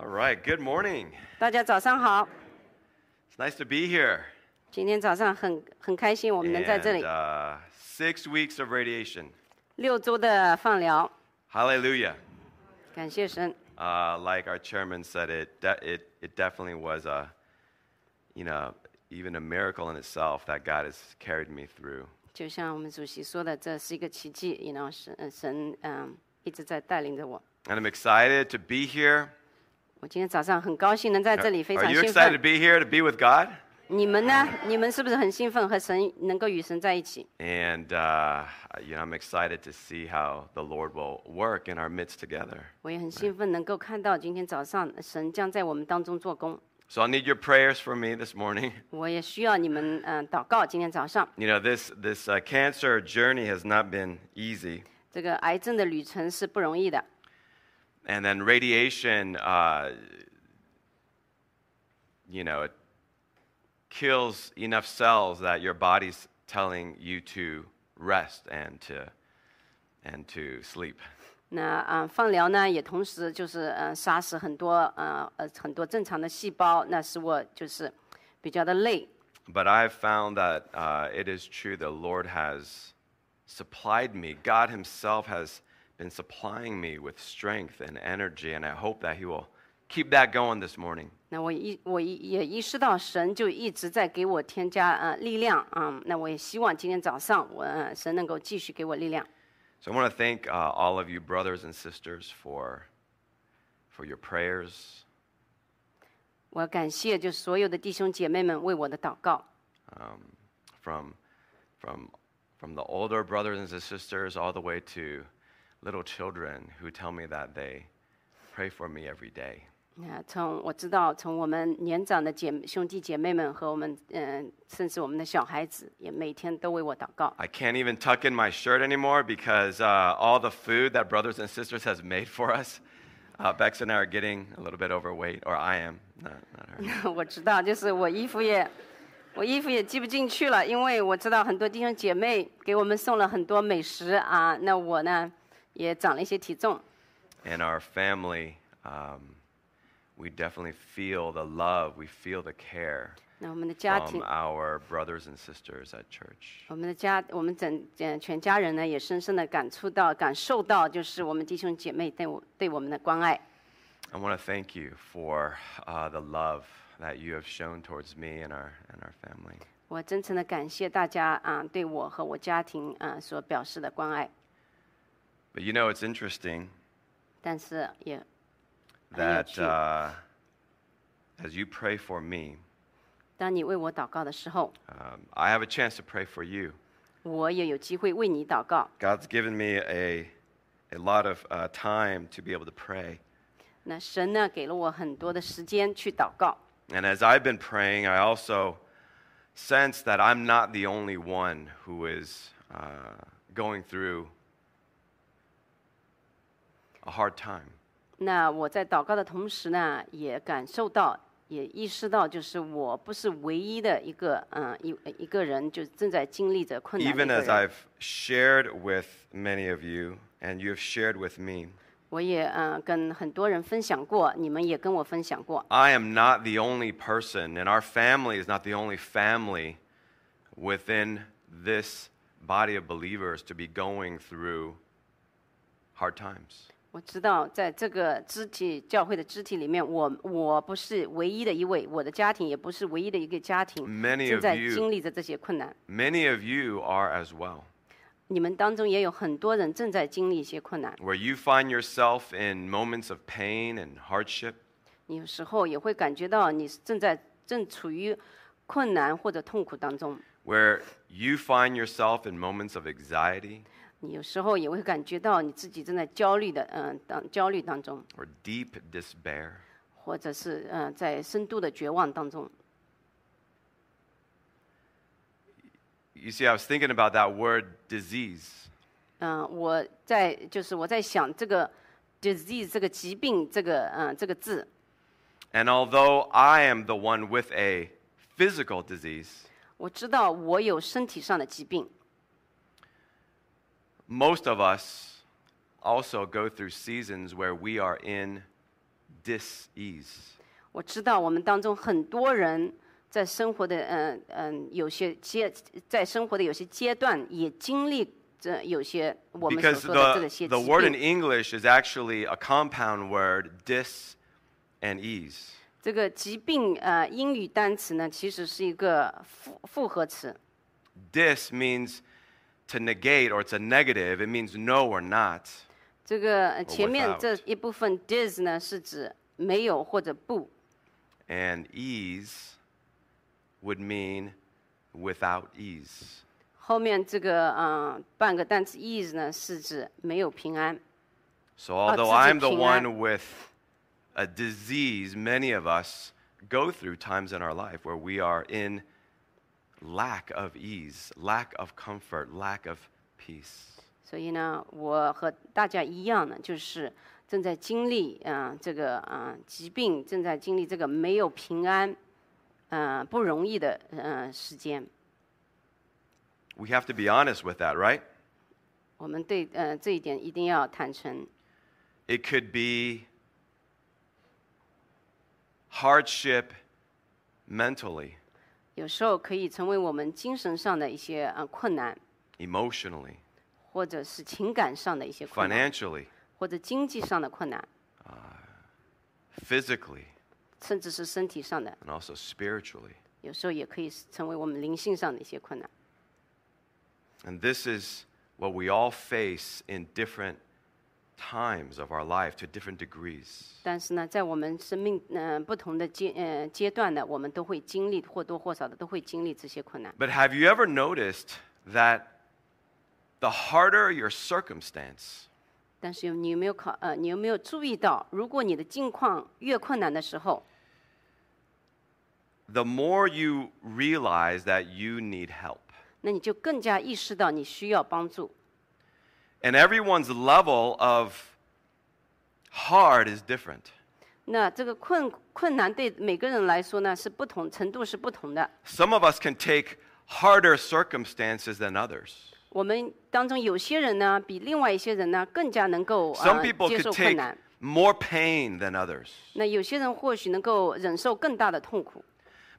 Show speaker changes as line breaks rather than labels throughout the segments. right. Good morning.
大家早上好，
It's nice to be here.
今天早上很很开心，我们能在这
And
里
uh, six weeks of radiation.
六周的放疗，
Hallelujah.
感谢神。
Uh, like our chairman said, it, de- it, it definitely was a, you know, even a miracle in itself that God has carried me through.
就像我们主席说的，这是一个奇迹，你 you know, 神呃神嗯一直在带领着我。
And I'm excited to be here.
我今天早上很高兴能在这
Are
里，非常
you
兴
excited to
奋。
be here to be with God?
你们呢？你们是不是很兴奋和神能够与神在一起？
And uh, you know, I'm excited to see how the Lord will work in our midst together.
我也很兴奋能够看到今天早上神将在我们当中做工。
So I'll need your prayers for me this morning.
我也需要你们嗯、呃祷告。今天早上
You know, this this uh, cancer journey has not been easy,
这个癌症的旅程是不容易的，
and then radiation, uh, you know, it kills enough cells that your body's telling you to rest and to and to sleep.
那啊、呃放疗呢，也同时就是呃，杀死很多呃呃很多正常的细胞，那使我就是比较的累。
But I've found that uh, it is true the Lord has supplied me. God Himself has been supplying me with strength and energy, and I hope that He will keep that going this morning.
那我意我意也意识到神就一直在给我添加呃力量啊、嗯那我也希望今天早上我、呃、神能够继续给我力量。
So I want to thank uh, all of you, brothers and sisters, for, for your prayers.
我感谢就所有的弟兄姐妹们为我的祷告，
um, from, from, from the older brothers and sisters all the way to little children who tell me that they pray for me every day.
那、从我知道从我们年长的姐妹兄弟姐妹们和我们嗯、甚至我们的小孩子也每天都为我祷告。
I can't even tuck in my shirt anymore because uh, all the food that brothers and sisters has made for us, uh, Bex and I are getting a little bit overweight, or I am, not, not her.
我知道，就是我衣服也，我衣服也寄不进去了，因为我知道很多弟兄姐妹给我们送了很多美食啊，那我呢也长了一些体重。
and our family, um, we definitely feel the love, we feel the care
那我们的家
from
庭，
our brothers and sisters at church.
我们的家，我们整嗯全家人呢也深深的感触到、感受到，就是我们弟兄姐妹对我对我们的关爱。
I want to thank you for uh, the love that you have shown towards me and our, and our family.
我真诚的感谢大家啊，对我和我家庭啊所表示的关爱。
But you know, it's interesting.
但是也，
that
true.
uh, as you pray for me,
当你为我祷告的时候，
um, I have a chance to pray for you.
我也有机会为你祷告。
God's given me a, a lot of uh, time to be able to pray.
那神呢，给了我很多的时间去祷告。
And as I've been praying, I also sense that I'm not the only one who is uh, going through a hard time.
那我在祷告的同时呢，也感受到，也意识到，就是我不是唯一的一个，嗯、一一个人就正在经历着困难的
Even
一个
as
人。
I've shared with many of you, and you have shared with me,
我也嗯、呃跟很多人分享过，你们也跟我分享过。
I am not the only person, and our family is not the only family within this body of believers to be going through hard times.
我知道，在这个肢体教会的肢体里面，我我不是唯一的一位，我的家庭也不是唯一的一个家庭
Many
正
of
在经
you,
历着这些困难。
many of you are as well,
你们当中也有很多人正在经历一些困难。
where you find yourself in moments of pain and hardship,
你有时候也会感觉到你是正在正处于困难或者痛苦当中，
where you find yourself in moments of anxiety
你有时候也会感觉到你自己正在焦虑的，嗯、当焦虑当中，
or deep despair.
或者是嗯、呃在深度的绝望当中。
You see, I was thinking about that word disease.
嗯、我在就是我在想这个 disease 这个疾病这个嗯、呃这个字，
And although I am the one with a physical disease,
我知道我有身体上的疾病，
most of us also go through seasons where we are in dis-ease.
我知道我们当中很多人在生活的嗯嗯有些阶，在生活的有些阶段也经历这有些我们所
Because
说的这些
the,
疾
the word in
病。
English is actually a compound word, dis and ease.
这个疾病呃英语单词呢，其实是一个复复合词。
Dis means to negate or it's a negative. It means no or not.
这个呃前面
without
这一部分 dis 呢是指没有或者不，
And ease would mean without ease.
后面这个嗯、呃半个单词 is 呢是指没有平安。
So although
this is
I'm the
Gina.
one with a disease, many of us go through times in our life where we are in lack of ease, lack of comfort, lack of peace.
所以呢，我和大家一样呢，就是正在经历嗯、呃这个嗯、呃疾病，正在经历这个没有平安，嗯、不容易的嗯、呃时间。
We have to be honest with that, right?
我们对呃这一点一定要坦诚。
It could be hardship mentally,
有时候可以成为我们精神上的一些呃困难，
emotionally,
或者是情感上的一些困难，
financially,
或者经济上的困难，
physically,
甚至是身体上的，
and also spiritually.
有时候也可以是成为我们灵性上的一些困难。
And this is what we all face in different times of our life to different degrees.
但是呢，在我们生命嗯、呃不同的阶呃阶段呢，我们都会经历或多或少的都会经历这些困难。
But have you ever noticed that the harder your circumstance,
但是有你有没有考呃，你有没有注意到，如果你的境况越困难的时候，
the more you realize that you need help?
那你就更加意识到你需要帮助。
And everyone's level of hard is different.
那这个困困难对每个人来说呢是不同程度是不同的。
Some of us can take harder circumstances than others.
我们当中有些人呢，比另外一些人呢更加能够
Some
呃
people
接
could
受困
take
难。
more pain than others.
那有些人或许能够忍受更大的痛苦。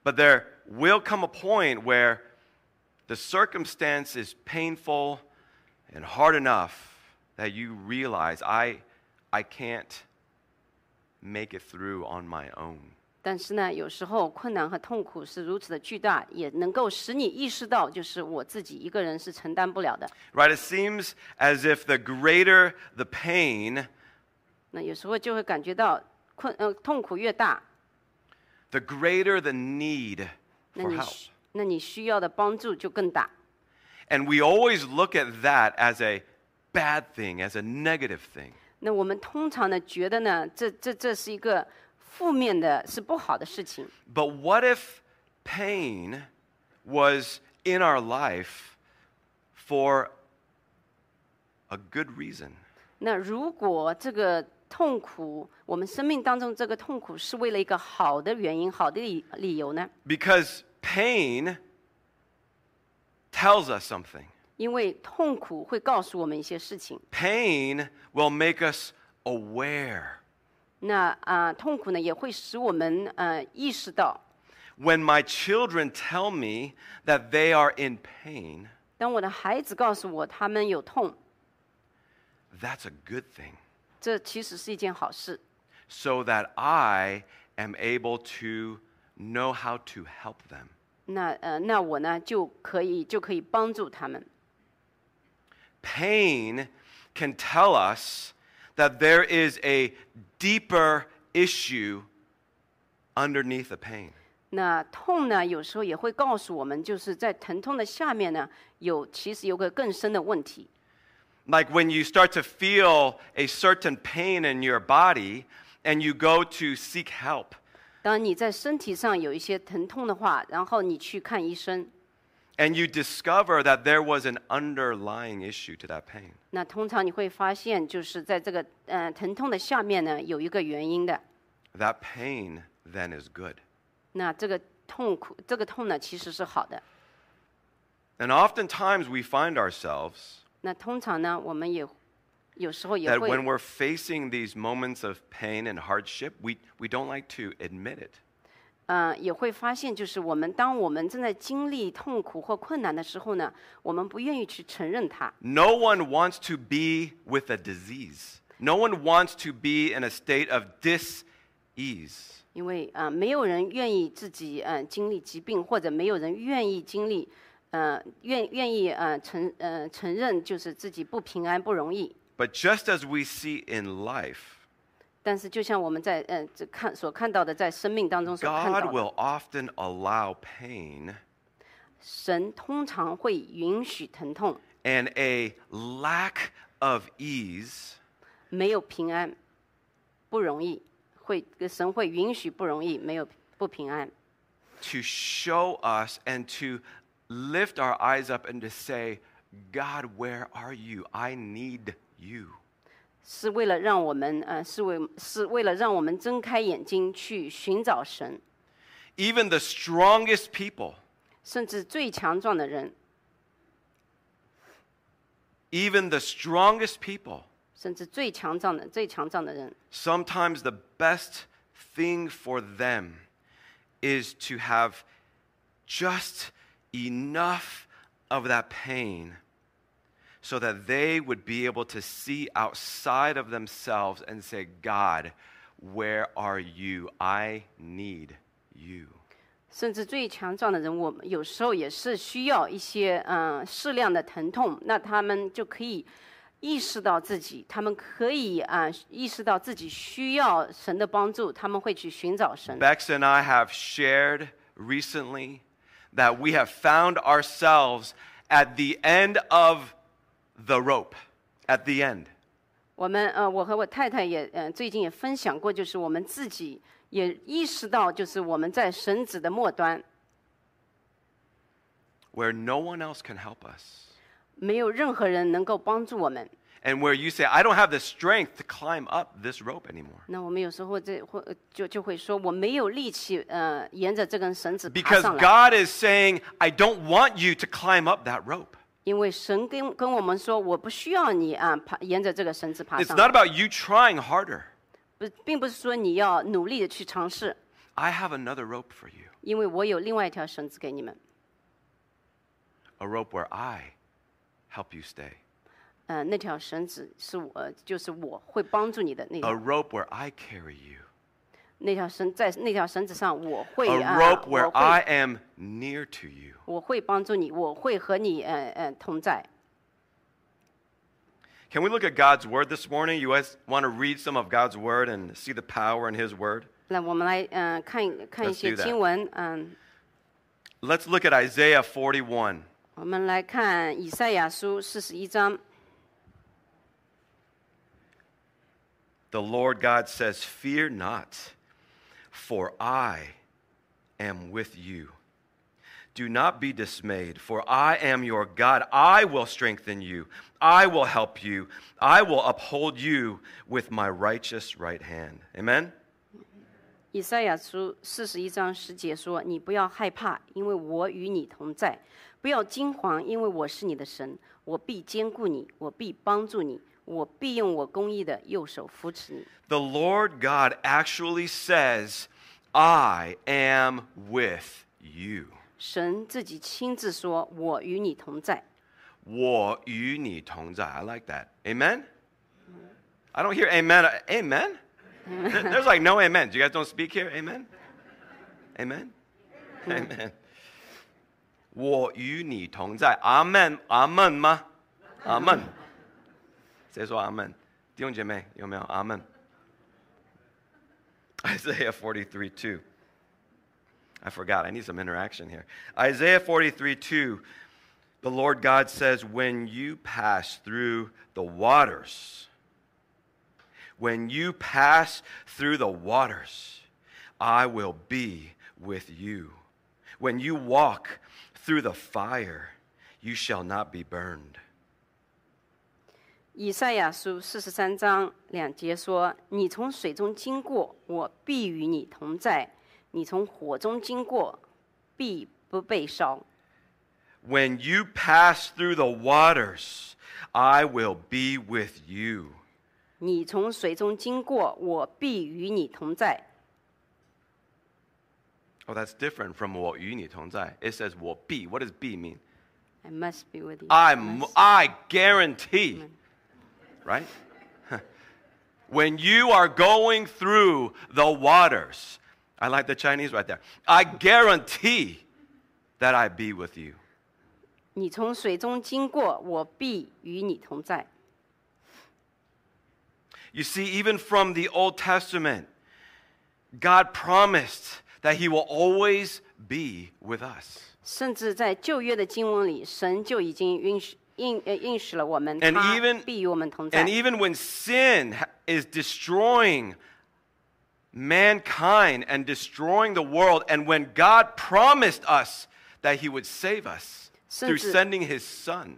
But there will come a point where the circumstance is painful and hard enough that you realize I, I can't make it through on my own.
但是呢，有时候困难和痛苦是如此的巨大，也能够使你意识到，就是我自己一个人是承担不了的。
Right? It seems as if the greater the pain,
那有时候就会感觉到困呃痛苦越大，
the greater the need
那
for
你
help.
需那你需要的帮助就更大。
And we always look at that as a bad thing, as a negative thing.
那我们通常呢觉得呢，这这这是一个负面的，是不好的事情。
But what if pain was in our life for a good reason?
那如果这个痛苦，我们生命当中这个痛苦是为了一个好的原因、好的理理由呢？
Because pain tells us something.
因为痛苦会告诉我们一些事情。
Pain will make us aware.
那啊、痛苦呢也会使我们呃意识到，
When my children tell me that they are in pain,
当我的孩子告诉我他们有痛，
that's a good thing.
这其实是一件好事，
So that I am able to know how to help them.
那呃那我呢就可以就可以帮助他们。
pain can tell us that there is a deeper issue underneath the pain.
那痛呢有时候也会告诉我们，就是在疼痛的下面呢有其实有个更深的问题。
Like when you start to feel a certain pain in your body and you go to seek help,
当你在身体上有一些疼痛的话，然后你去看医生，
and you discover that there was an underlying issue to that pain.
那通常你会发现，就是在这个呃疼痛的下面呢有一个原因的。
That pain then is good.
那这个痛苦，这个痛呢其实是好的。
And oftentimes we find ourselves
那通常呢，我们也有时候也
that
会
when we're facing these moments of pain and hardship, we, we don't like to admit it.
呃，也会发现，就是我们当我们正在经历痛苦或困难的时候呢，我们不愿意去承认它。
No one wants to be with a disease, no one wants to be in a state of dis ease.
因为啊、呃没有人愿意自己嗯、呃经历疾病，或者没有人愿意经历，呃，愿愿意呃承呃承认就是自己不平安不容易。
But just as we see in life,
但是就像我们在呃这看所看到的，在生命当中所看到
God
的，
will often allow pain
神通常会允许疼痛，
and a lack of ease
没有平安，不容易，会神会允许不容易，没有不平安。
to show us and to lift our eyes up and to say, God, where are you? I need you.
是为了让我们，呃，是为是为了让我们睁开眼睛去寻找神，
Even the strongest people,
甚至最强壮的人，
even the strongest people,
甚至最强壮的最强壮的人，
sometimes the best thing for them is to have just enough of that pain so that they would be able to see outside of themselves and say, God, where are you? I need you.
甚至最强壮的人，我们有时候也是需要一些，嗯、适量的疼痛，那他们就可以意识到自己，他们可以啊、意识到自己需要神的帮助，他们会去寻找神。
Bex and I have shared recently that we have found ourselves at the end of the rope, at the end.
我们呃，我和我太太也呃，最近也分享过，就是我们自己也意识到，就是我们在神子的末端。
where no one else can help us.
没有任何人能够帮助我们。
And where you say, I don't have the strength to climb up this rope anymore.
那我们有时候这会呃就就会说我没有力气，呃，沿着这根绳子爬
Because
上来，
God is saying, I don't want you to climb up that rope.
因为神跟跟我们说，我不需要你啊，爬沿着这个绳子爬
It's
上
not
来，
about you trying harder.
不，并不是说你要努力的去尝试，
I have another rope for you,
因为我有另外一条绳子给你们，
a rope where I help you stay,
呃，那条绳子是我，呃就是我会帮助你的那
a
条
rope where I carry you,
那条绳在那条绳子上，我会
a
啊，
rope
我
where I
会
am near to you.
我会帮助你，我会和你呃呃同在。
Can we look at God's word this morning? You guys want to read some of God's word and see the power in His word?
那我们来嗯、呃看一看一
Let's
些
do that.
经文，嗯、
Let's look at Isaiah 41.
我们来看以赛亚书四十一章，
The Lord God says, Fear not, for I am with you. Do not be dismayed, for I am your God. I will strengthen you, I will help you, I will uphold you with my righteous right hand. Amen?
以赛亚书四十一章十节说：“你不要害怕，因为我与你同在；不要惊惶，因为我是你的神，我必坚固你，我必帮助你，我必用我公义的右手扶持你。
The Lord God actually says, I am with you. ”
神自己亲自说：“我与你同在。
我与你同在. I like that. Amen? I don't hear amen. Amen? There- There's like no amen. You guys don't speak here? Amen? Amen? Amen. 我与你同在. Amen. Amen 吗? Amen. 谁说 amen? 弟兄姐妹，有没有 amen? Isaiah 43 2. I forgot. I need some interaction here. Isaiah 43 2. The Lord God says, When you pass through the waters, when you pass through the waters, I will be with you. When you walk through the fire, you shall not be burned. ”
以赛亚书四十三章两节说：“你从水中经过，我必与你同在；你从火中经过，必不被烧。”
When you pass through the waters, I will be with you.
你从水中经过，我必与你同在。
Oh, that's different from 我与你同在. It says 我必. What does 必 mean?
I must be with you.
I,
must-
mu- I guarantee. Right? when you are going through the waters, I like the Chinese right there. I guarantee that I be with you.
你从水中经过，我必与你同在。
You see, even from the Old Testament, God promised that He will always be with us.
甚至在旧约的经文里，神就已经允许应呃应许了我们，
And
他
even-
必与我们同在
And。even when sin ha- is destroying mankind and destroying the world, and when God promised us that He would save us through
甚至-
sending His Son,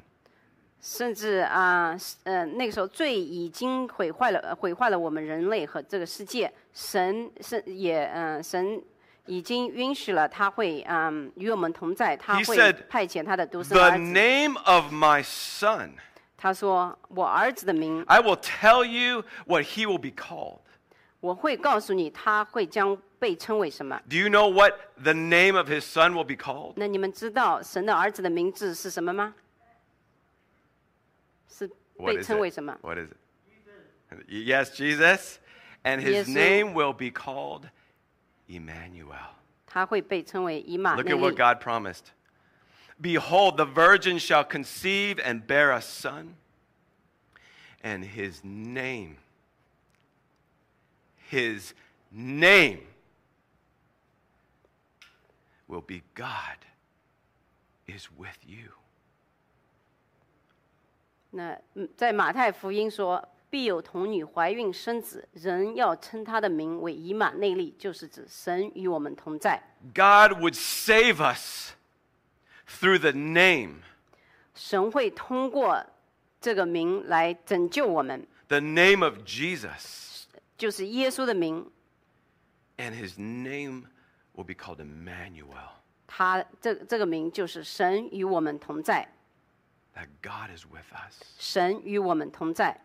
甚至啊，是呃，那个时候罪已经毁坏了，呃毁坏了我们人类和这个世界。神是也，嗯、神已经允许了他会，嗯、与我们同在，他
He
会
said,
派遣他的独生
the
儿子。
name of my Son,
他说：“我儿子的名，
I will tell you what He will be called.
我会告诉你，他会将被称为什么。
Do you know what the name of His Son will be called? ”
那你们知道神的儿子的名字是什么吗？是
What
被
is
称
it?
为什么？
What is it? Yes, Jesus. And his
Yesu.
name will be called Emmanuel.
他会被称为以马内
Look at what
利。
God promised. Behold, the virgin shall conceive and bear a son, and his name, his name will be God is with you.
那嗯在马太福音说，必有童女怀孕生子，人要称他的名为以马内利，就是指神与我们同在。
God would save us through the name,
神会通过这个名来拯救我们，
the name of Jesus.
就是耶稣的名，
And his name will be called Emmanuel,
他这这个名就是神与我们同在，
that God is with us.
神与我们同在。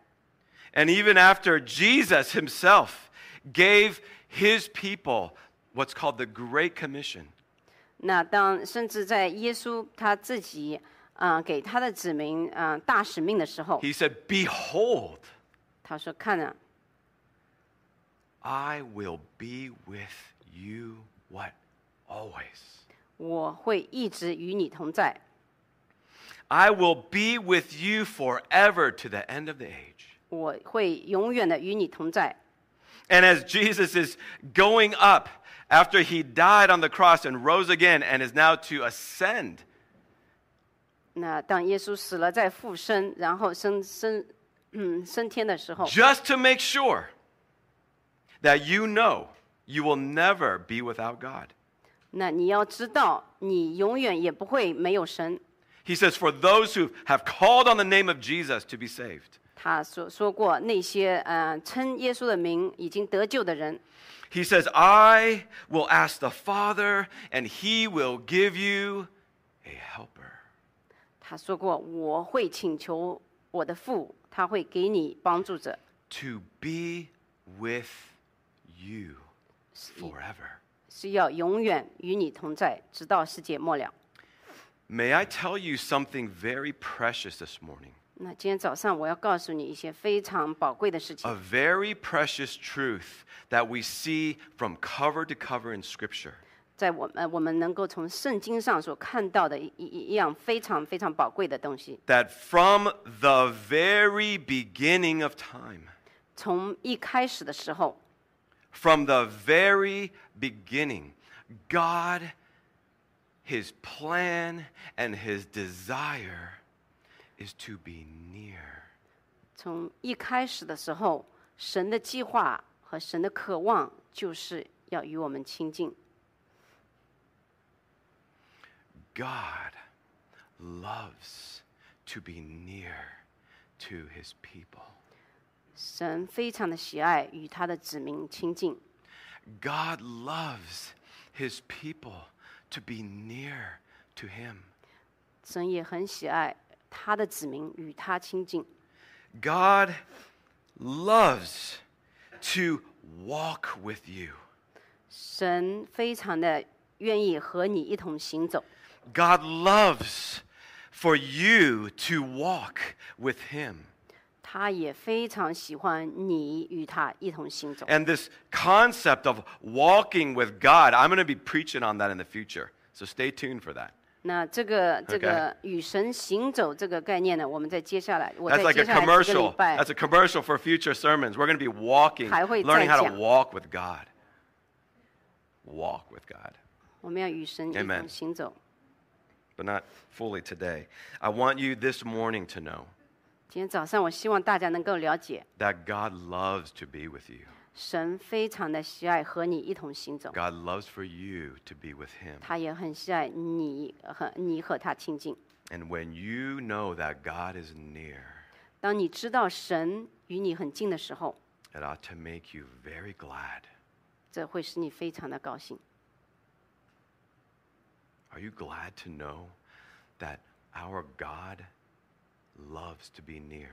And even after Jesus himself gave his people what's called the Great Commission,
那当甚至在耶稣他自己啊、呃给他的子民啊、呃大使命的时候，
he said, Behold,
他说：“看啊，
I will be with you what? Always.
我会一直与你同在。”
I will be with you forever to the end of the age.
我会永远的与你同在。
And as Jesus is going up after he died on the cross and rose again and is now to ascend,
那当耶稣死了再复生，然后升升嗯升天的时候，
just to make sure that you know you will never be without God.
那你要知道，你永远也不会没有神。
He says, For those who have called on the name of Jesus to be saved,
他说说过那些呃称耶稣的名已经得救的人，
he says, I will ask the Father, and he will give you a helper.
他说过我会请求我的父，他会给你帮助者，
to be with you forever.
是要永远与你同在，直到世界末了。
May I tell you something very precious this morning?
那今天早上我要告诉你一些非常宝贵的事情
A。very precious truth that we see from cover to cover in Scripture.
在我们我们能够从圣经上所看到的一一一样非常非常宝贵的东西，
That from the very beginning of time,
从一开始的时候，
from the very beginning, God, His plan and His desire is to be near.
从一开始的时候，神的计划和神的渴望就是要与我们亲近。
God loves to be near to his people.
神非常的喜爱与他的子民亲近，
God loves his people to be near to him.
神也很喜爱他的子民与他亲近。
God loves to walk with you.
神非常的愿意和你一同行走，
God loves for you to walk with Him.
他也非常喜欢你与他一同行走。
And this concept of walking with God, I'm going to be preaching on that in the future. So stay tuned for that.
那这个这个与神行走这个概念呢，我们在接下来，我在
That's like
接
a
下来的这个礼
commercial.
拜
That's a commercial for future sermons. We're going to be walking,
还会再
learning how to
讲。
walk with God. Walk with God.
我们要与神一
Amen
同行走。
but not fully today. I want you this morning to know
今天早上，我希望大家能够了解，
that God loves to be with you.
神非常的喜爱和你一同行走，
God loves for you to be with Him.
他也很喜爱你和你和他亲近。
And when you know that God is near,
当你知道神与你很近的时候，
it ought to make you very glad.
这会使你非常的高兴。
Are you glad to know that our God loves to be near?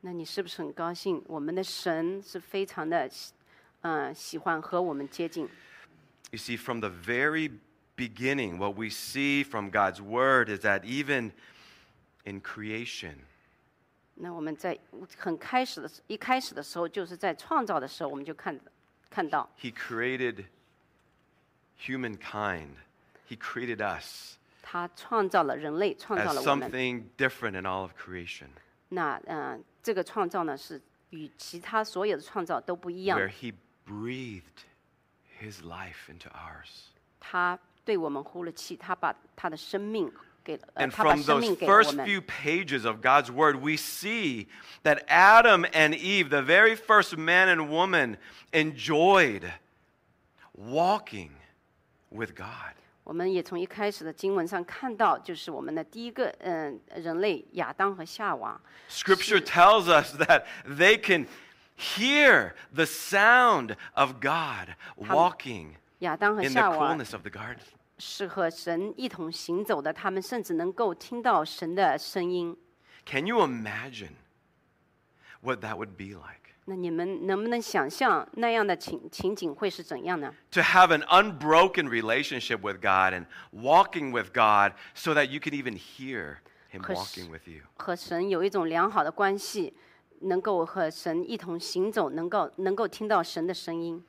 那你是不是很高兴？我们的神是非常的，呃，喜欢和我们接近。
You see, from the very beginning, what we see from God's Word is that even in creation,
那我们在很开始的一开始的时候，就是在创造的时候，我们就看看到
He created humankind. He created us
他创造了人类，创造
as
了我们。
something different in all of creation,
那嗯、呃，这个创造呢是与其他所有的创造都不一样
where
的，
He breathed His life into ours.
他对我们呼了气，他把他的生命给了，呃、
And
他把
from
生
those
命给了我
first
们。
few pages of God's Word, we see that Adam and Eve, the very first man and woman, enjoyed walking with God.
我们也从一开始的经文上看到，就是我们的第一个嗯、人类亚当和夏娃，
Scripture tells us that they can hear the sound of God walking
亚当和
in the
夏娃
coolness of the garden.
是和神一同行走的，他们甚至能够听到神的声音。
Can you imagine what that would be like?
那你们能不能想象那样的情情景会是怎样呢？
To have an unbroken relationship with God and walking with God so that you can even hear Him
可是-
walking with you.
和神有一种良好的关系，能够和神一同行走，能够能够听到神的声音。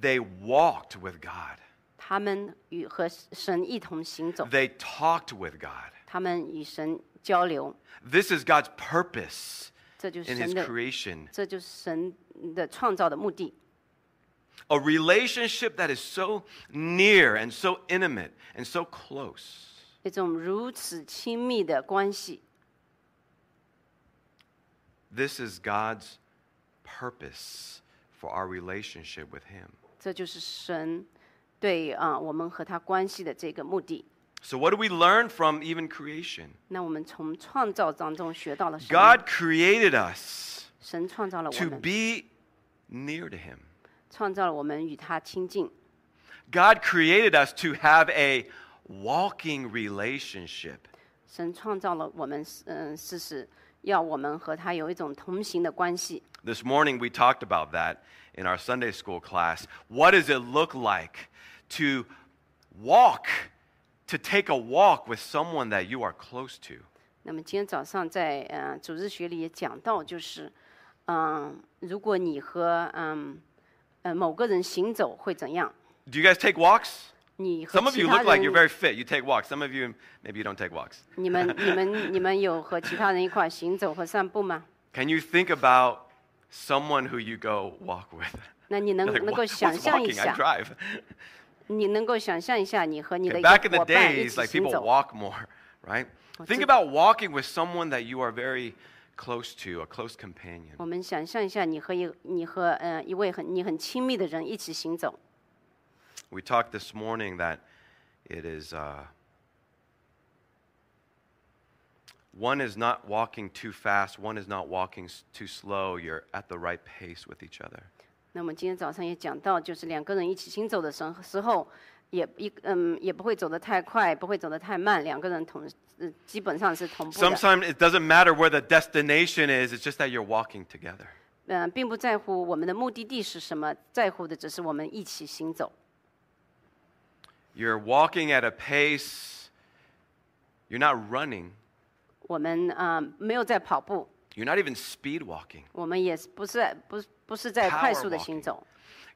They walked with God,
他们与和神一同行走，
they talked with God.
他们与神交流，
This is God's purpose
这就是
in
神
His
的，
creation
这就是神的创造的目的。
A relationship that is so near and so intimate and so close.
一种如此亲密的关系，
This is God's purpose for our relationship with Him.
这就是神对啊、我们和他关系的这个目的。
So, what do we learn from even creation?
那我们从创造当中学到了什么？
God created us
神创造了我
to
们，
be near to Him,
创造了我们与他亲近。
God created us to have a walking relationship.
神创造了我们，嗯，事实要我们和他有一种同行的关系。
This morning we talked about that in our Sunday school class. What does it look like to walk, to take a walk with someone that you are close to?
那么今天早上在呃主日学里也讲到，就是，嗯，如果你和嗯呃某个人行走会怎样？
Do you guys take walks?
你和
Some of
其
you
他
look like you're very
人，
fit. You take walks. Some of you, maybe you don't take walks.
你们 你们你们有和其他人一块儿行走和散步吗？
Can you think about someone who you go walk with?
那你能
You're like,
能
"What-
够
what's
想象
walking?
一
I
下，
drive.
你能够想象一下你和你
Okay,
的一
back in
个
the
伙伴一
days,
起
like
行
people
走。
walk more, right? Think about walking with someone that you are very close to, a close companion.
我们想象一下，你和一你和呃一位很你很亲密的人一起行走。
We talked this morning that it is uh, one is not walking too fast, one is not walking s- too slow. You're at the right pace with each other.
那我们今天早上也讲到，就是两个人一起行走的时时候，也一嗯也不会走得太快，不会走得太慢，两个人同嗯基本上是同步的。
Sometimes it doesn't matter where the destination is, it's just that you're walking together.
嗯、并不在乎我们的目的地是什么，在乎的只是我们一起行走。
You're walking at a pace, you're not running,
我们啊、没有在跑步，
you're not even speed walking.
我们也是不是在不是不是在
Power
快速的
walking
行走，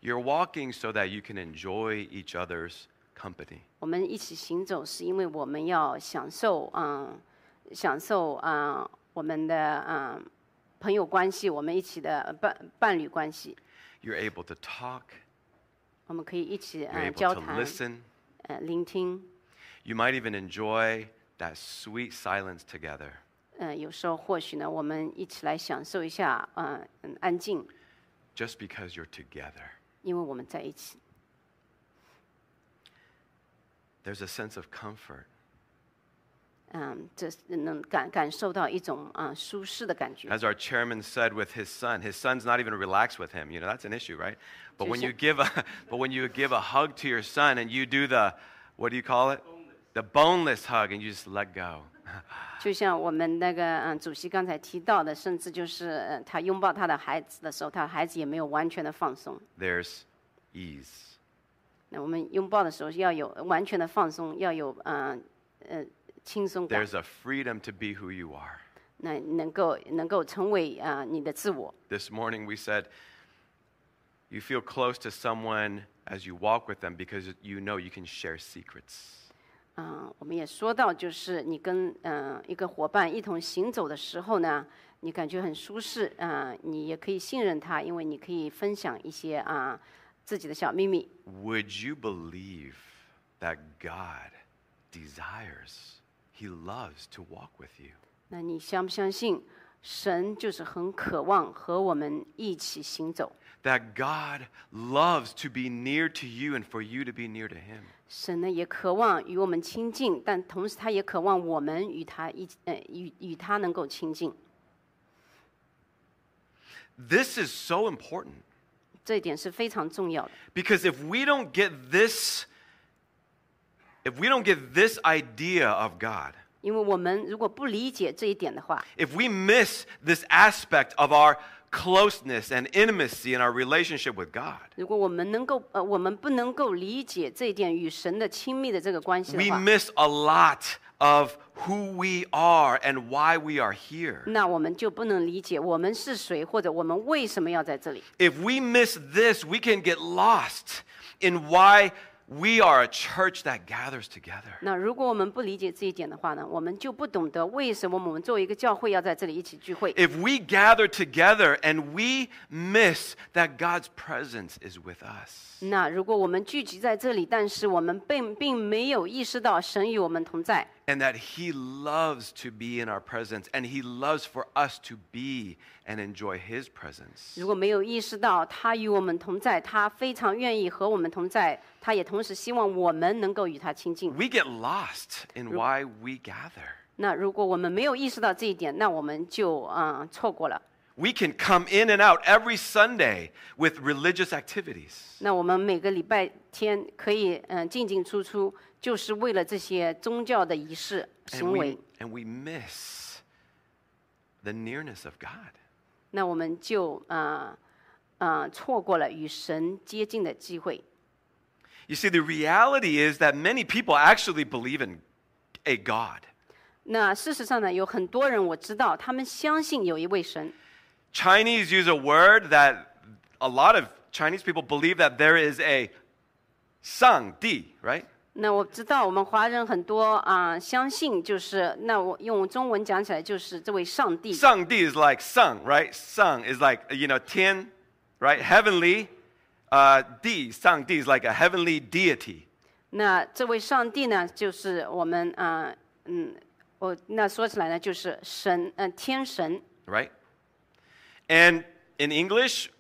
You're walking so that you can enjoy each other's company.
我们一起行走是因为我们要享受嗯、享受啊、嗯我们的嗯、朋友关系，我们一起的呃伴伴侣关系，
You're able to talk,
我们可以一起
you're
嗯、
able
交
to
谈，
listen.
呃聆听，
You might even enjoy that sweet silence together.
嗯、有时候或许呢，我们一起来享受一下嗯、嗯安静，
just because you're together.
因为我们在一起，
There's a sense of comfort.
嗯，这是能感感受到一种啊、舒适的感觉。
As our chairman said with his son, his son's not even relaxed with him. You know, that's an issue, right? But when
Touche.
you give a but when you give a hug to your son and you do the what do you call it? The boneless hug and you just let go.
就像我们那个嗯主席刚才提到的，甚至就是呃他拥抱他的孩子的时候，他的孩子也没有完全的放松。
There's ease.
那我们拥抱的时候要有完全的放松，要有嗯呃轻松感，
There's a freedom to be who you are.
那能够呃能够成为啊、呃你的自我。
This morning we said you feel close to someone as you walk with them because you know you can share secrets.
嗯、我们也说到，就是你跟嗯、呃一个伙伴一同行走的时候呢，你感觉很舒适，嗯、你也可以信任他，因为你可以分享一些啊、自己的小秘密。
Would you believe that God desires, He loves to walk with you?
那你相不相信，神就是很渴望和我们一起行走？
That God loves to be near to you and for you to be near to Him?
神呢也渴望与我们亲近，但同时他也渴望我们与他一起呃与与他能够亲近。
This is so important
这一点是非常重要的，
because if we don't get this, if we don't get this idea of God,
因为我们如果不理解这一点的话，
if we miss this aspect of our closeness and intimacy in our relationship with God,
如果我们能够呃我们不能够理解这一点与神的亲密的这个关系的
we
话，
miss a lot of who we are and why we are here.
那我们就不能理解我们是谁，或者我们为什么要在这里。
If we miss this, we can get lost in why we are a church that gathers together.
那如果我们不理解这一点的话呢，我们就不懂得为什么我们作为一个教会要在这里一起聚会。
If we gather together and we miss that God's presence is with us,
那如果我们聚集在这里，但是我们并并没有意识到神与我们同在，
and that He loves to be in our presence, and He loves for us to be and enjoy His presence,
如果没有意识到他与我们同在，他非常愿意和我们同在，他也同时希望我们能够与他亲近。
we get lost in why we gather.
那如果我们没有意识到这一点，那我们就啊、呃错过了。
We can come in and out every Sunday with religious activities.
那我们每个礼拜天可以嗯、呃进进出出，就是为了这些宗教的仪式
And
行
we,
为，
and we miss the nearness of God.
那我们就啊啊、呃错过了与神接近的机会。
You see, the reality is that many people actually believe in a God.
那事实上呢，有很多人我知道，他们相信有一位神。
Chinese use a word that a lot of Chinese people believe that there is a sang di, right?
那我知道我们华人很多啊、相信就是那我用中文讲起来就是这位上帝。
Sang di is like sung, right? Sung is like, you know, tian, right? Heavenly. Uh, di, sang di is like a heavenly deity.
那这位上帝呢，就是我们啊、嗯，我那说起来呢，就是神，嗯、天神。
right? And in English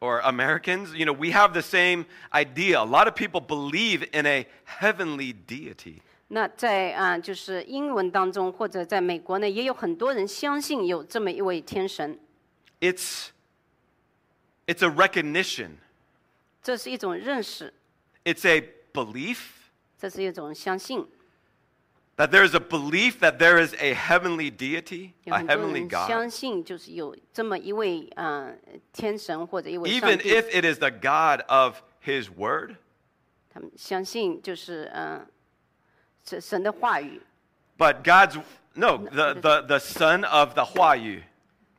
or Americans, you know, we have the same idea. A lot of people believe in a heavenly deity.
那在啊、就是英文当中或者在美国呢，也有很多人相信有这么一位天神，
It's it's a recognition.
这是一种认识，
It's a belief
这是一种相信。
That there is a belief that there is a heavenly deity,
有
a
很多
heavenly
人
God.
相信，就是有这么一位嗯、呃天神或者一位上
Even
帝，
if it is the God of His Word,
他们相信就是嗯、呃神神的话语，
but God's, no, the, the, the Son of the Huayu.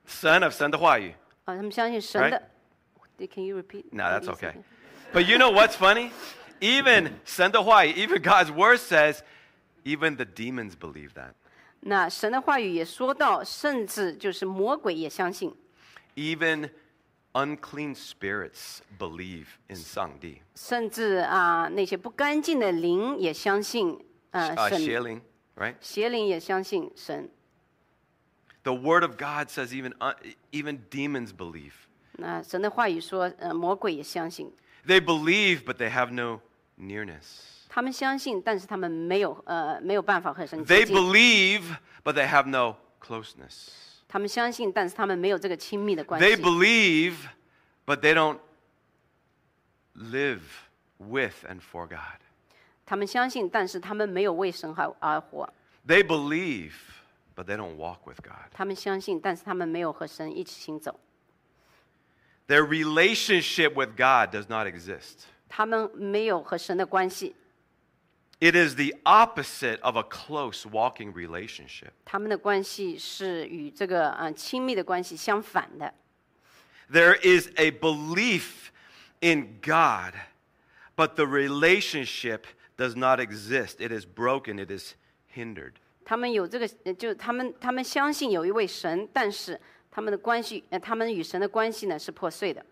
Son of Son de Huayu.
啊，他们相信神的。Can you repeat?
No,
what
that's
you
okay.
said?
But you know what's funny? Even Son de Huayu, even God's Word says, even the demons believe that.
那神的话语也说到，甚至就是魔鬼也相信，
Even unclean spirits believe in Sangdi.
甚至啊、那些不干净的灵也相信，呃，
Uh,
神
Shieling, right?
邪灵也相信神。
The Word of God says even, uh, even demons believe.
那神的话语说，呃，魔鬼也相信，
They believe, but they have no nearness.
他们相信，但是他们没有呃没有办法和神
They
接近。
believe, but they have no closeness.
他们相信，但是他们没有这个亲密的关
They
系。
believe, but they don't live with and for God.
他们相信，但是他们没有为神而而活。
They believe, but they don't walk with God.
他们相信，但是他们没有和神一起行走。
Their relationship with God does not exist.
他们没有和神的关系，
It is the opposite of a close walking relationship.
他们的关系是与这个嗯、呃亲密的关系相反的。
There is a belief in God, but the relationship does not exist. It is broken, it is hindered.
他们有这个，呃就他们他们相信有一位神，但是他们的关系，呃，他们与神的关系呢是破碎的。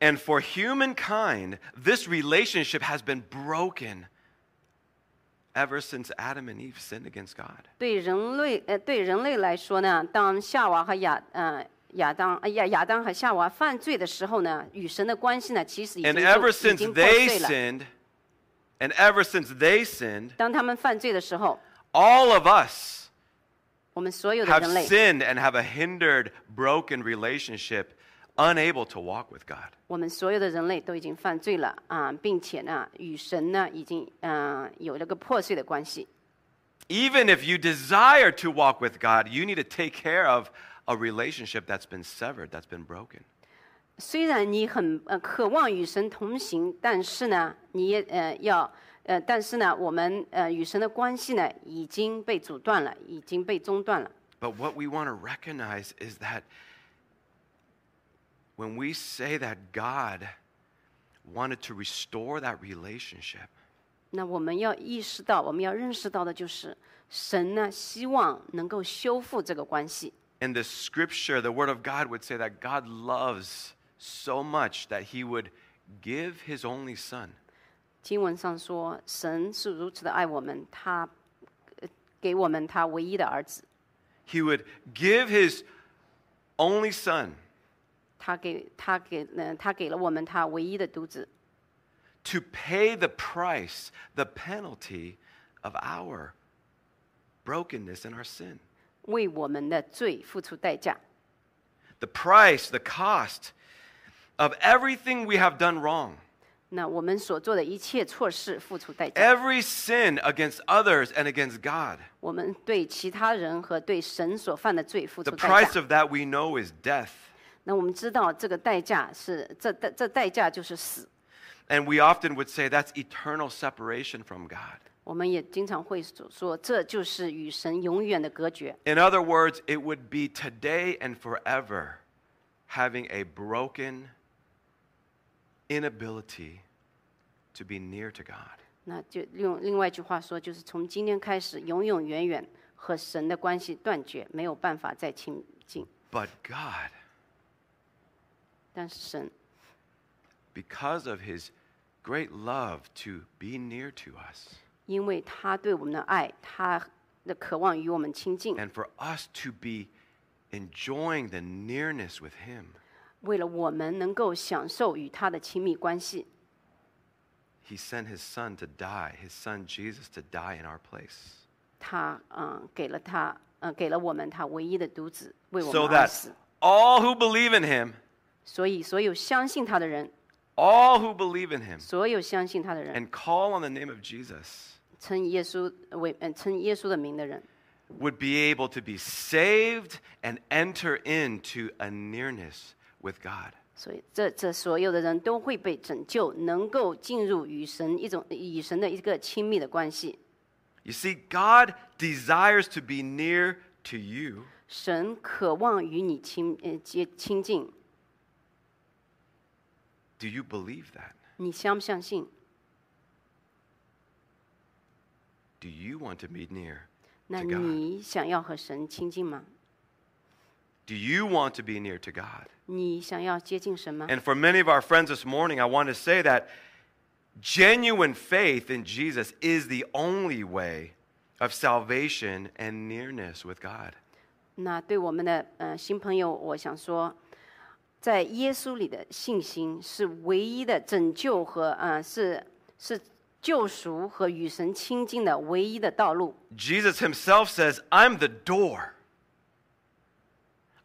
And for humankind, this relationship has been broken ever since Adam and Eve sinned against God.
对人类，呃，对人类来说呢，当夏娃和亚，呃，亚当，呃亚亚当和夏娃犯罪的时候呢，与神的关系呢，其实已经
And
就
ever
已
since
经破
they
碎了。
sinned, and ever since they sinned,
当他们犯罪的时候，
all of us
我们所有的
have
人类
sinned and have a hindered, broken relationship, unable to walk with God.
我们所有的人类都已经犯罪了啊、并且呢，与神呢已经嗯、呃有了个破碎的关系。
Even if you desire to walk with God, you need to take care of a relationship that's been severed, that's been broken.
虽然你很呃渴望与神同行，但是呢，你也呃要呃，但是呢，我们呃与神的关系呢已经被阻断了，已经被中断了。
But what we want to recognize is that when we say that God wanted to restore that relationship,
那我们要意识到，我们要认识到的就是，神呢希望能够修复这个关系。
in the scripture, the word of God would say that God loves so much that he would give his only son.
经文上说，神是如此的爱我们，他呃给我们他唯一的儿子，
He would give his only son
他给他给呃他给了我们他唯一的独子，
to pay the price, the penalty of our brokenness and our sin.
为我们的罪付出代价。
The price, the cost of everything we have done wrong,
那我们所做的一切错事付出代价，
every sin against others and against God.
我们对其他人和对神所犯的罪付
The
出代
price
价。
of that we know is death.
那我们知道这个代价是这代这代价就是死。
And we often would say that's eternal separation from God.
我们也经常会所说，这就是与神永远的隔绝。
In other words, it would be today and forever having a broken inability to be near to God.
那就用另外一句话说，就是从今天开始，永永远远和神的关系断绝，没有办法再亲近。
But God,
但是神
because of his great love to be near to us
因为他对我们的爱，他的渴望与我们亲近，
and for us to be enjoying the nearness with him,
为了我们能够享受与他的亲密关系，
he sent his son to die, his son Jesus to die in our place.
他嗯给了他嗯给了我们他唯一的独子为我
So
们而
that
死，
all who believe in him
所以所有相信他的人，
all who believe in him
所有相信他的人，
and call on the name of Jesus
称耶稣为嗯称耶稣的名的人，
would be able to be saved and enter into a nearness with God.
所以这这所有的人都会被拯救，能够进入与神一种与神的一个亲密的关系。
You see, God desires to be near to you,
神渴望与你亲呃接亲近，
Do you believe that?
你相不相信？
Do you want to be near
那
to God?
你想要和神亲近吗？
Do you want to be near to God?
你想要接近神吗？
And for many of our friends this morning, I want to say that genuine faith in Jesus is the only way of salvation and nearness with God.
那对我们的呃新朋友，我想说，在耶稣里的信心是唯一的拯救和呃是是救赎和与神亲近的唯一的道路。
Jesus himself says, I'm the door.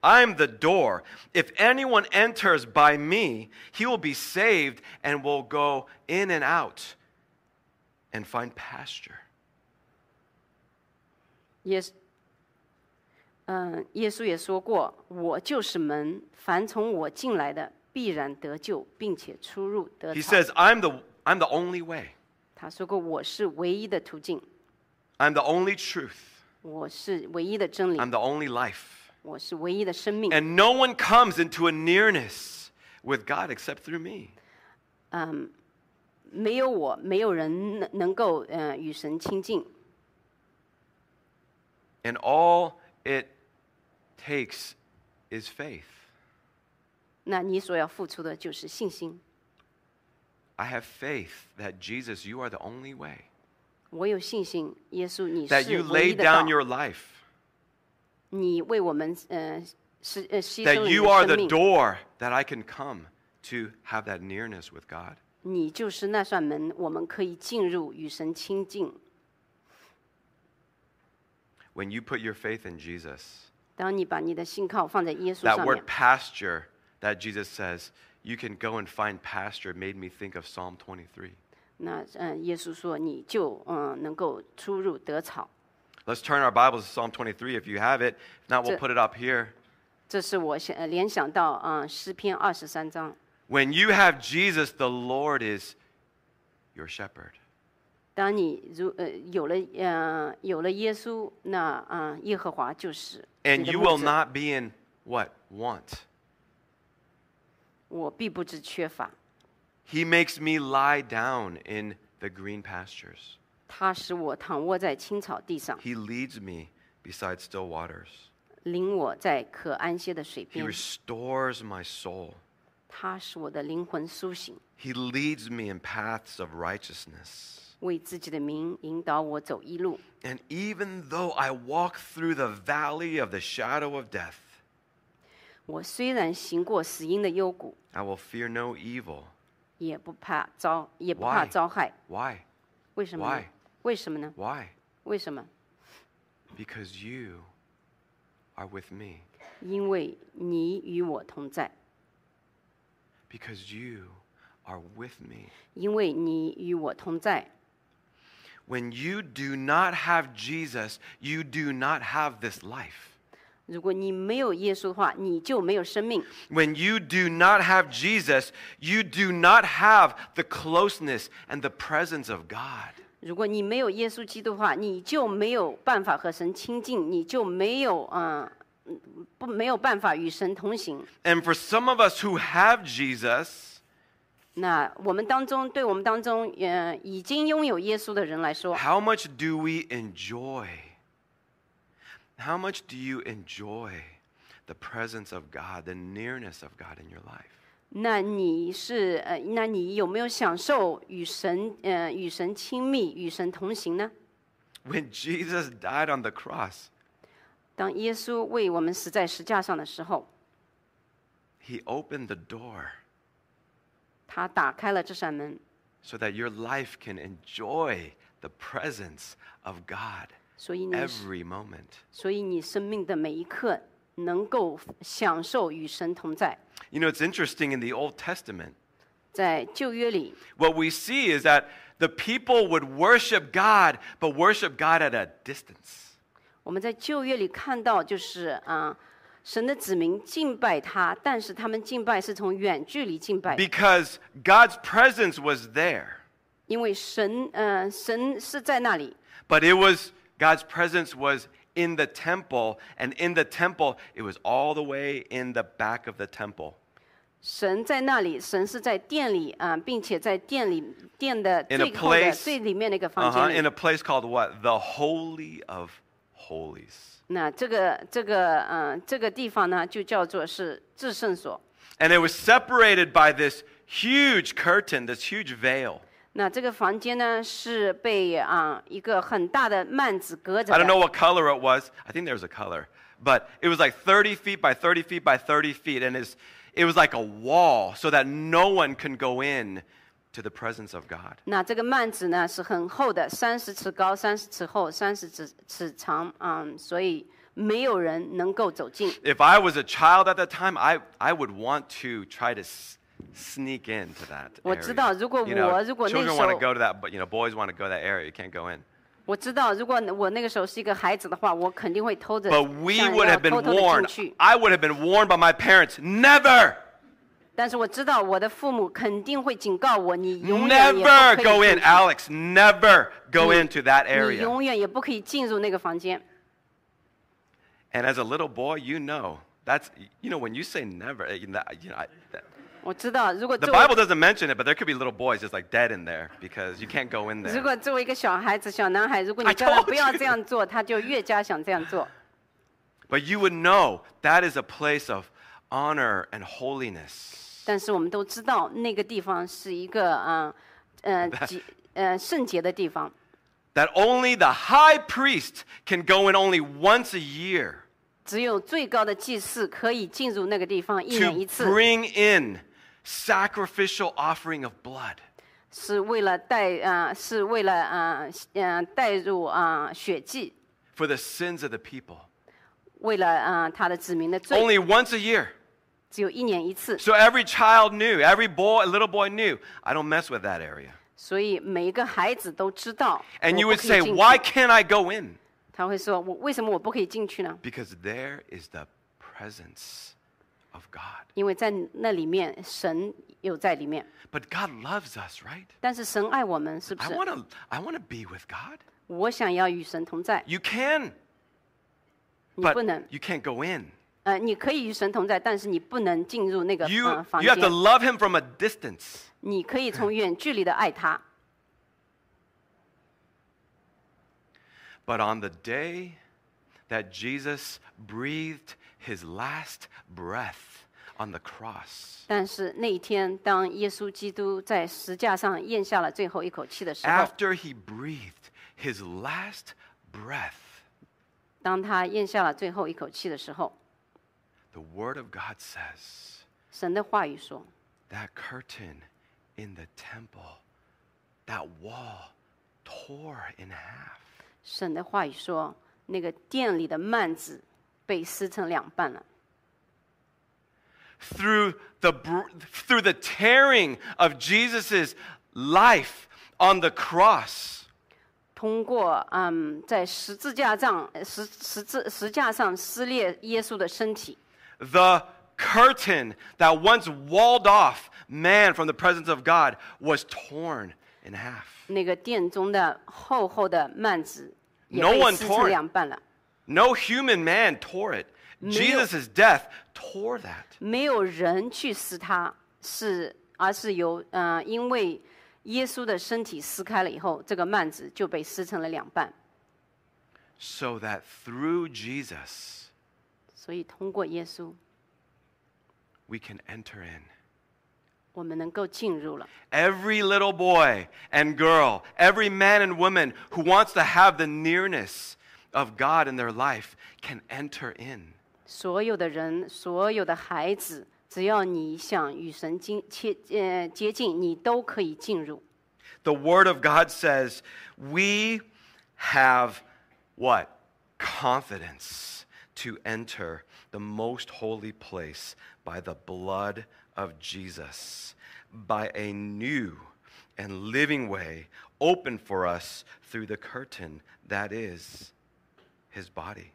I'm the door. If anyone enters by me, he will be saved and will go in and out and find pasture.
耶稣，嗯、耶稣也说过：“我就是门，凡从我进来的，必然得救，并且出入得
He
草。
says, I'm the, I'm the only way, ”
他说过：“我是唯一的途径，
I'm the only truth,
我是唯一的真理，
I'm the only life.
我是唯一的生命。
And no one comes into a nearness with God except through me. ”
嗯，没有我，没有人能能够嗯、呃与神亲近。
And all it takes is faith.
那你所要付出的就是信心。
I have faith that Jesus, you are the only way.
我有信心，耶稣，你
That
是
you
唯一
laid
的道
down。your life.
你为我们呃是呃牺牲
That
了
you
你的
are
生
the
命。
door that I can come to have that nearness with God.
你就是那扇门，我们可以进入与神亲近。
When you put your faith in Jesus,
当你把你的信靠放在耶稣
that
上面
word，pasture that Jesus says, you can go and find pasture made me think of Psalm 23.
那嗯、呃耶稣说你就嗯、呃能够出入得草。
Let's turn our Bibles to Psalm 23 if you have it. If not, we'll
That's it.
put it up here.
这是我想呃联想到啊、呃诗篇二十三章，
When you have Jesus, the Lord is your shepherd.
当你如呃有了呃有了耶稣，那啊、呃耶和华就是你
And
的
you
牧
will
者，
not be in what? Want.
我必不知缺乏。
He makes me lie down in the green pastures.
他使我躺卧在青草地上，
He leads me beside still waters.
领我在可安歇的水
He
边。
restores my soul.
他使我的灵魂苏醒，
He leads me in paths of righteousness.
为自己的名引导我走一路。
And even though I walk through the valley of the shadow of death,
我虽然行过死荫的幽谷，
I will fear no evil.
也不怕遭，也不怕
Why？
遭害。
Why?
为什么
Why？
呢？为什么呢？
Why?
为什么？
Because you are with me.
因为你与我同在，
Because you are with me.
因为你与我同在。
When you do not have Jesus, you do not have this life.
如果你没有耶稣的话，你就没有生命；
When you do not have Jesus, you do not have the closeness and the presence of God.
如果你没有耶稣基督的话，你就没有办法和神亲近，你就没有啊、嗯不没有办法与神同行。
And for some of us who have Jesus,
那我们当中，对我们当中，呃，已经拥有耶稣的人来说，
how much do we enjoy? How much do you enjoy the presence of God, the nearness of God in your life?
那你是呃，那你有没有享受与神呃与神亲密、与神同行呢？
When Jesus died on the cross,
当耶稣为我们死在石架上的时候，
he opened the door
他打开了这扇门，
so that your life can enjoy the presence of God
所以你，
every moment.
所以你生命的每一刻能够享受与神同在。
You know, it's interesting in the Old Testament,
在旧约里，
What we see is that the people would worship God, but worship God at a distance.
我们在旧约里看到，就是啊、神的子民敬拜他，但是他们敬拜是从远距离敬拜，
Because God's presence was there,
因为神，呃，神是在那里，
but it was God's presence was in the temple, and in the temple, it was all the way in the back of the temple.
神在那里，神是在殿里啊、并且在殿里殿的
In a
最后的
place-
最里面的一个房
Uh-huh,
间
in
里。
a place called what? The Holy of Holies.
那这个这个呃这个地方呢，就叫做是至圣所。
And it was separated by this huge curtain, this huge veil.
那这个房间呢是被啊、一个很大的幔子隔着
I don't know
的，
what color it was. I think there was a color, but it was like 30 feet by 30 feet by 30 feet, and it's, it was like a wall so that no one can go in to the presence of God.
那这个幔子呢是很厚的，三十尺高，三十尺厚，三十尺尺长，嗯，所以没有人能够走进。
If I was a child at that time, I, I would want to try to s- sneak into that.
我知道，如果
area. You know,
我，如果那
children want to
时
go
候-
to that, but you know, boys want to go to that area. You can't go in.
我知道，如果我那个时候是一个孩子的话，我肯定会偷着
But we
想
would
要
have been
偷偷的进
warned.
去。
I would have been warned by my parents. Never,
但是我知道我的父母肯定会警告我，你永远也不
never
可以
go
进
in,
去
Alex. Never go
你
into that
你
area.
永远也不可以进入那个房间。
And as a little boy, you know that's you know when you say never, eh, you know, I- you know I, that,
我知道，如果
the
作
Bible
为
doesn't mention it, but there could be little boys just like dead in there because you can't go in
如
there.
果作为一个小孩子、小男孩，如果你
I
叫他
told
不要
you.
这样做，他就越加想这样做。
But you would know that is a place of honor and holiness.
但是我们都知道，那个地方是一个啊， 呃，极呃圣洁的地方，
That only the high priest can go in only once a year
只有最高的祭祀可以进入那个地方，一年一
to
次，
bring in sacrificial offering of blood.
是为了带啊、是为了啊，嗯、带入啊、血祭，
For the sins of the people.
为了啊、他的子民的罪，
Only once a year.
只有一年一次。
So every child knew, every boy, little boy knew, I don't mess with that area.
所以每一个孩子都知道。
And
我
you
不
would
可以
say,
进去
Why can't I go in?
他会说：“我为什么我不可以进去呢？
Because there is the presence of God.
因为在那里面神有在里面。
But God loves us, right?
但是神爱我们，是不
I
是？
want to I want to be with God.
我想要与神同在，
You can,
你不
but
能。
you can't go in.
呃，你可以与神同在，但是你不能进入那个
You
呃、房
you have to
间。
love him from a distance.
你可以从远距离的爱他，
But on the day that Jesus breathed his last breath on the cross,
但是那一天，当耶稣基督在石架上咽下了最后一口气的时候，
after he breathed his last breath,
当他咽下了最后一口气的时候，
the word of God says,
神的话语说，
that curtain in the temple, that wall tore in half.
神的话语说，那个殿里的幔子被撕成两半了。
Through the, br- through the tearing of Jesus' life on the cross,
通过嗯，在十字架上呃十十字十架上撕裂耶稣的身体，
the curtain that once walled off man from the presence of God was torn in half.
那个殿中的厚厚的幔子也
No
被
one
撕
torn.
成两半了。
No human man tore it. Jesus' death tore that.
没有人去撕它，是而是由嗯、呃，因为耶稣的身体撕开了以后，这个幔子就被撕成了两半。
So that through Jesus,
所以通过耶稣，
we can enter in.
我们能够进入了。
Every little boy and girl, every man and woman who wants to have the nearness of God in their life can enter in.
所有的人，所有的孩子，只要你想与神经切呃接近，你都可以进入。
The Word of God says, We have what? Confidence to enter the most holy place by the blood of Jesus, by a new and living way open for us through the curtain that is his body.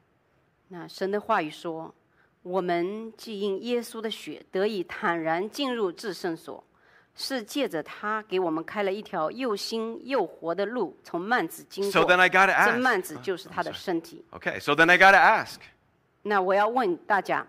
那神的话语说：“我们既因耶稣的血得以坦然进入至圣所，是借着他给我们开了一条又新又活的路，从幔子经过。
So then I gotta ask- 啊
这幔子就是他的身体。
Okay, so then I got to ask
那我要问大家，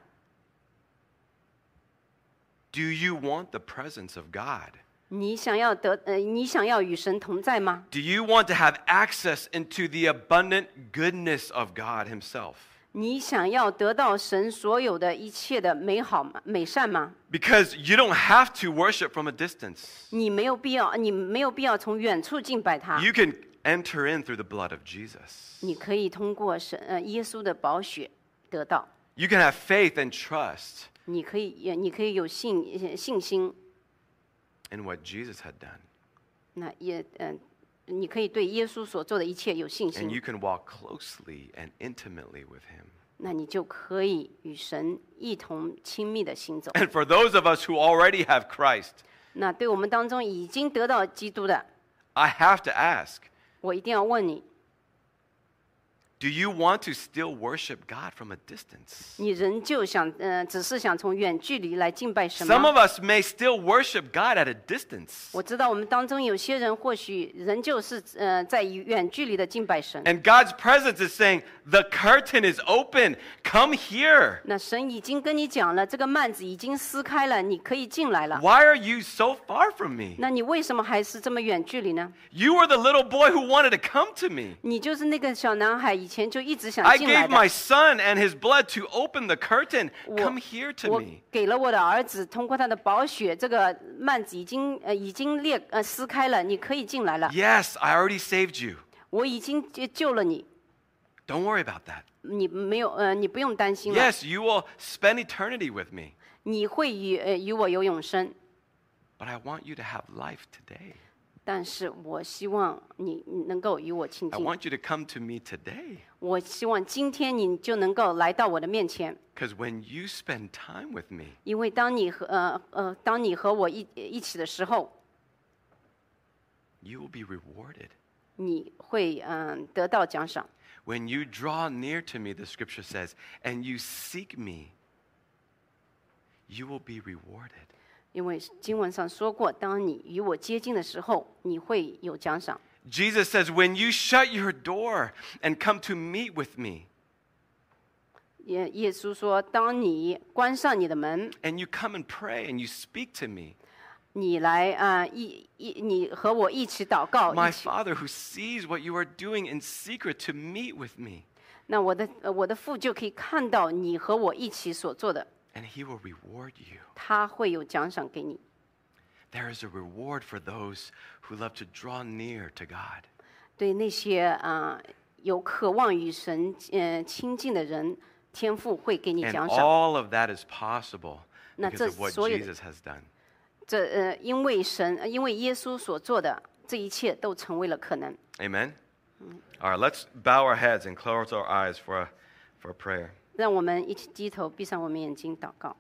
do you want the presence of God?
你想要得呃，你想要与神同在吗？
Do you want to have access into the abundant goodness of God Himself?
你想要得到神所有的一切的美好吗？美善吗？
Because you don't have to worship from a distance.
你没有必要，你没有必要从远处敬拜他。
You can enter in through the blood of Jesus.
你可以通过神呃耶稣的宝血得到，
You can have faith and trust
你可以也你可以有信信心，
in what Jesus had done.
那也嗯、你可以对耶稣所做的一切有信
And
心
you，can walk closely and intimately with Him.
那你就可以与神一同亲密的行走。
And for those of us who already have Christ,
那对我们当中已经得到基督的，
I have to ask
我一定要问你：
do you want to still worship God from a distance?
你仍旧想呃，只是想从远距离来敬拜神
Some
吗？
of us may still worship God at a distance.
我知道我们当中有些人或许仍旧是呃在以远距离的敬拜神，
And God's presence is saying, the curtain is open. Come here.
那神已经跟你讲了，这个幔子已经撕开了，你可以进来了。
Why are you so far from me?
那你为什么还是这么远距离呢？
You were the little boy who wanted to come to me.
你就是那个小男孩，以前就一直想
I
进来
gave
的
my。son and his blood to open the curtain.
我
Come here to
我
me.
给了我的儿子，通过他的宝血，这个幔子已经呃已经裂呃撕开了，你可以进来了。
Yes, I already saved you.
我已经救救了你，
Don't worry about that.
你没有呃你不用担心了，
Yes, you will spend eternity with me.
你会与呃与我有永生。
But I want you to have life today.
但是我希望你能够与我亲
I
近，
want you to come to me today.
我希望今天你就能够来到我的面前，
Because when you spend time with me,
因为当你和呃呃当你和我一一起的时候，
you will be rewarded.
你会嗯、得到奖赏。
When you draw near to me, the scripture says, and you seek me, you will be rewarded.
因为经文上说过，当你与我接近的时候，你会有奖赏。
Jesus says, when you shut your door and come to meet with me,
耶耶稣说，当你关上你的门，
and you come and pray and you speak to me,
你来啊、一一你和我一起祷告，
my
一起。
Father who sees what you are doing in secret to meet with me,
那我的呃我的父就可以看到你和我一起所做的，
and he will reward you.
他会有奖赏给你。
There is a reward for those who love to draw near to God.
对那些啊、有渴望与神呃亲近的人，天父会给你
And
奖赏。
all of that is possible
Na
because of
zhe
what
所有的-
Jesus has done.
这呃，因为神，呃因为耶稣所做的这一切都成为了可能。
Amen. All right, let's bow our heads and close our eyes for a, for a prayer.
让我们一起低头，闭上我们眼睛，祷告。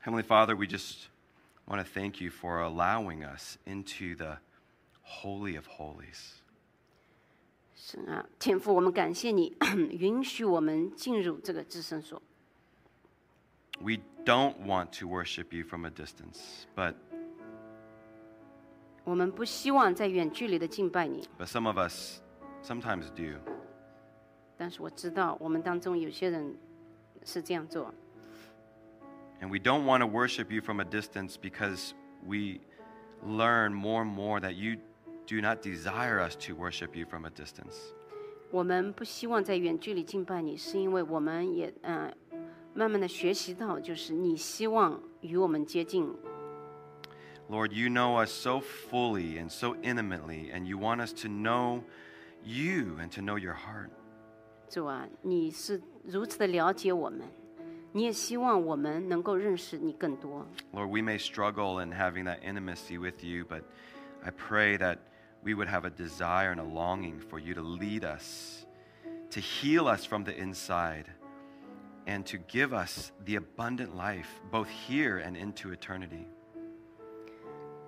Heavenly Father, we just want to thank you for allowing us into the Holy of Holies.
神啊，天父，我们感谢你 允许我们进入这个至圣所。
We don't want to worship you from a distance, but,
我们不希望在远距离的敬拜你，
but some of us sometimes do.
但是我知道我们当中有些人是这样做。
And we don't want to worship you from a distance because we learn more and more that you do not desire us to worship you from a distance.
我们不希望在远距离敬拜你，是因为我们也嗯、呃慢慢的学习到，就是你希望与我们接近，
Lord, you know us so fully and so intimately, and you want us to know you and to know your heart.
主啊，你是如此的了解我们，你也希望我们能够认识你更多。
Lord, we may struggle in having that intimacy with you, but I pray that we would have a desire and a longing for you to lead us, to heal us from the inside, and to give us the abundant life, both here and into eternity.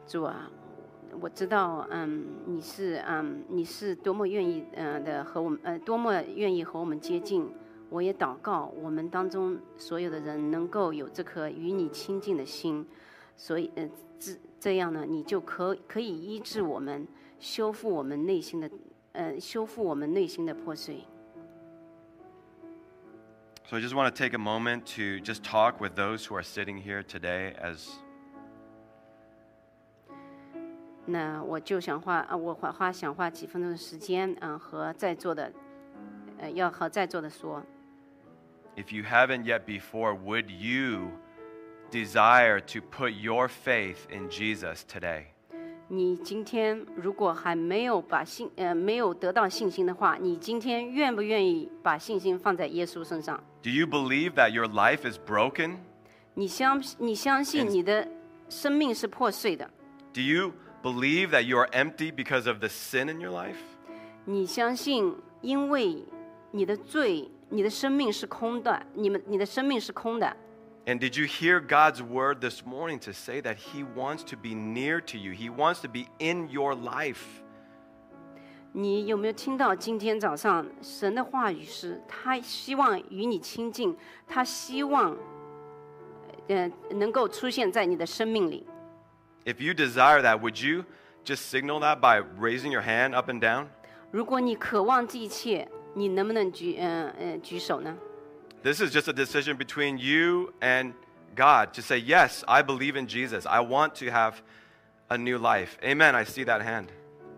主啊，我知道，嗯，你是，嗯，你是多么愿意，嗯、的和我们，呃，多么愿意和我们接近。我也祷告，我们当中所有的人能够有这颗与你亲近的心，所以，呃，这这样呢，你就可可以医治我们，修复我们内心的，呃，修复我们内心的破碎。
So I just want to take a moment to just talk with those who are sitting here today as
那我就想花啊，我花花想花几分钟的时间啊，和在座的，呃，要和在座的说，
if you haven't yet before, would you desire to put your faith in Jesus today?
你今天如果还没有把信呃没有得到信心的话，你今天愿不愿意把信心放在耶稣身上？
Do you believe that your life is broken?
你相你相信你的生命是破碎的，
Do you believe that you are empty because of the sin in your life?
你相信因为你的罪，你的生命是空的，你们你的生命是空的。
And did you hear God's word this morning to say that He wants to be near to you? He wants to be in your life.
你有没有听到今天早上神的话语是，他希望与你亲近，他希望，呃，能够出现在你的生命里。
If you desire that, would you just signal that by raising your hand up and down?
如果你渴望这一切，你能不能举，嗯、呃、嗯，举手呢？
This is just a decision between you and God to say, Yes, I believe in Jesus. I want to have a new life. Amen. I see that hand.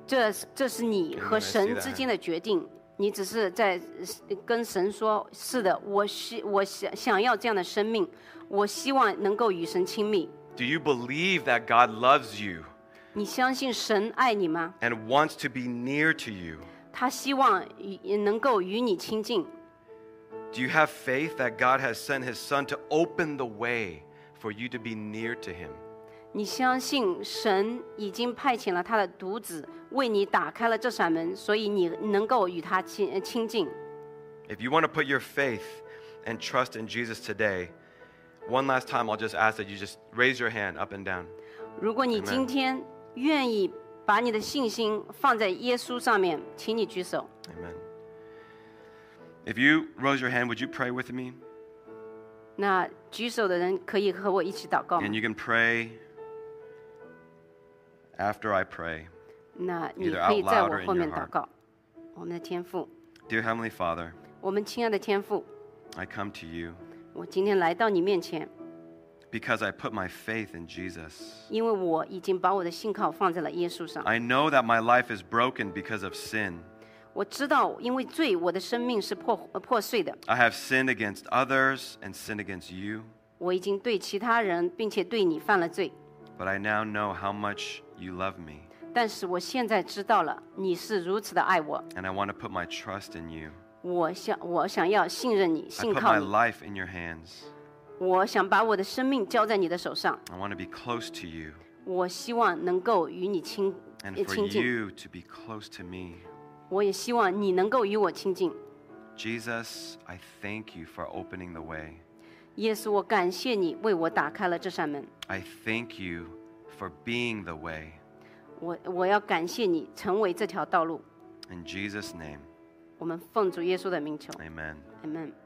这是这是你和神之间的决定，你只是在呃跟神说：“是的，我希我想想要这样的生命，我希望能够与神亲密。
Do you believe that God loves you ”
你相信神爱你吗？
and wants to be near to you?
他希望与能够与你亲近。
Do you have faith that God has sent his son to open the way for you to be near to him?
你相信神已经派遣了他的独子为你打开了这扇门，所以你能够与他亲呃亲近。
If you want to put your faith and trust in Jesus today, one last time, I'll just ask that you just raise your hand up and down.
如果你
Amen
今天愿意把你的信心放在耶稣上面，请你举手。
Amen. If you rose your hand, would you pray with me?
那举手的人可以和我一起祷告吗
And you can pray after I pray.
那你
either out
可以在
loud
我
or in
后面
your heart
祷告。我们的天父，
Dear Heavenly Father,
我们亲爱的天父，
I come to you
我今天来到你面前，
because I put my faith in Jesus.
因为我已经把我的信靠放在了耶稣上。
I know that my life is broken because of sin.
我知道，因为罪，我的生命是破呃破碎的。
I have sinned against others and sinned against you,
我已经对其他人，并且对你犯了罪。
but I now know how much you love me,
但是我现在知道了，你是如此的爱我。
and I want to put my trust in you.
我想，我想要信任你，
I
信
put
靠
my
你。
life in your hands.
我想把我的生命交在你的手上。
I want to be close to you,
我希望能够与你亲
and
呃
for
亲近，
you to be close to me.
我也希望你能够与我亲近。
Jesus, I thank you for opening the way.
耶稣，我感谢你为我打开了这扇门。
I thank you for being the way.
我我要感谢你成为这条道路。
In Jesus' name,
我们奉主耶稣的名求
amen.
，amen。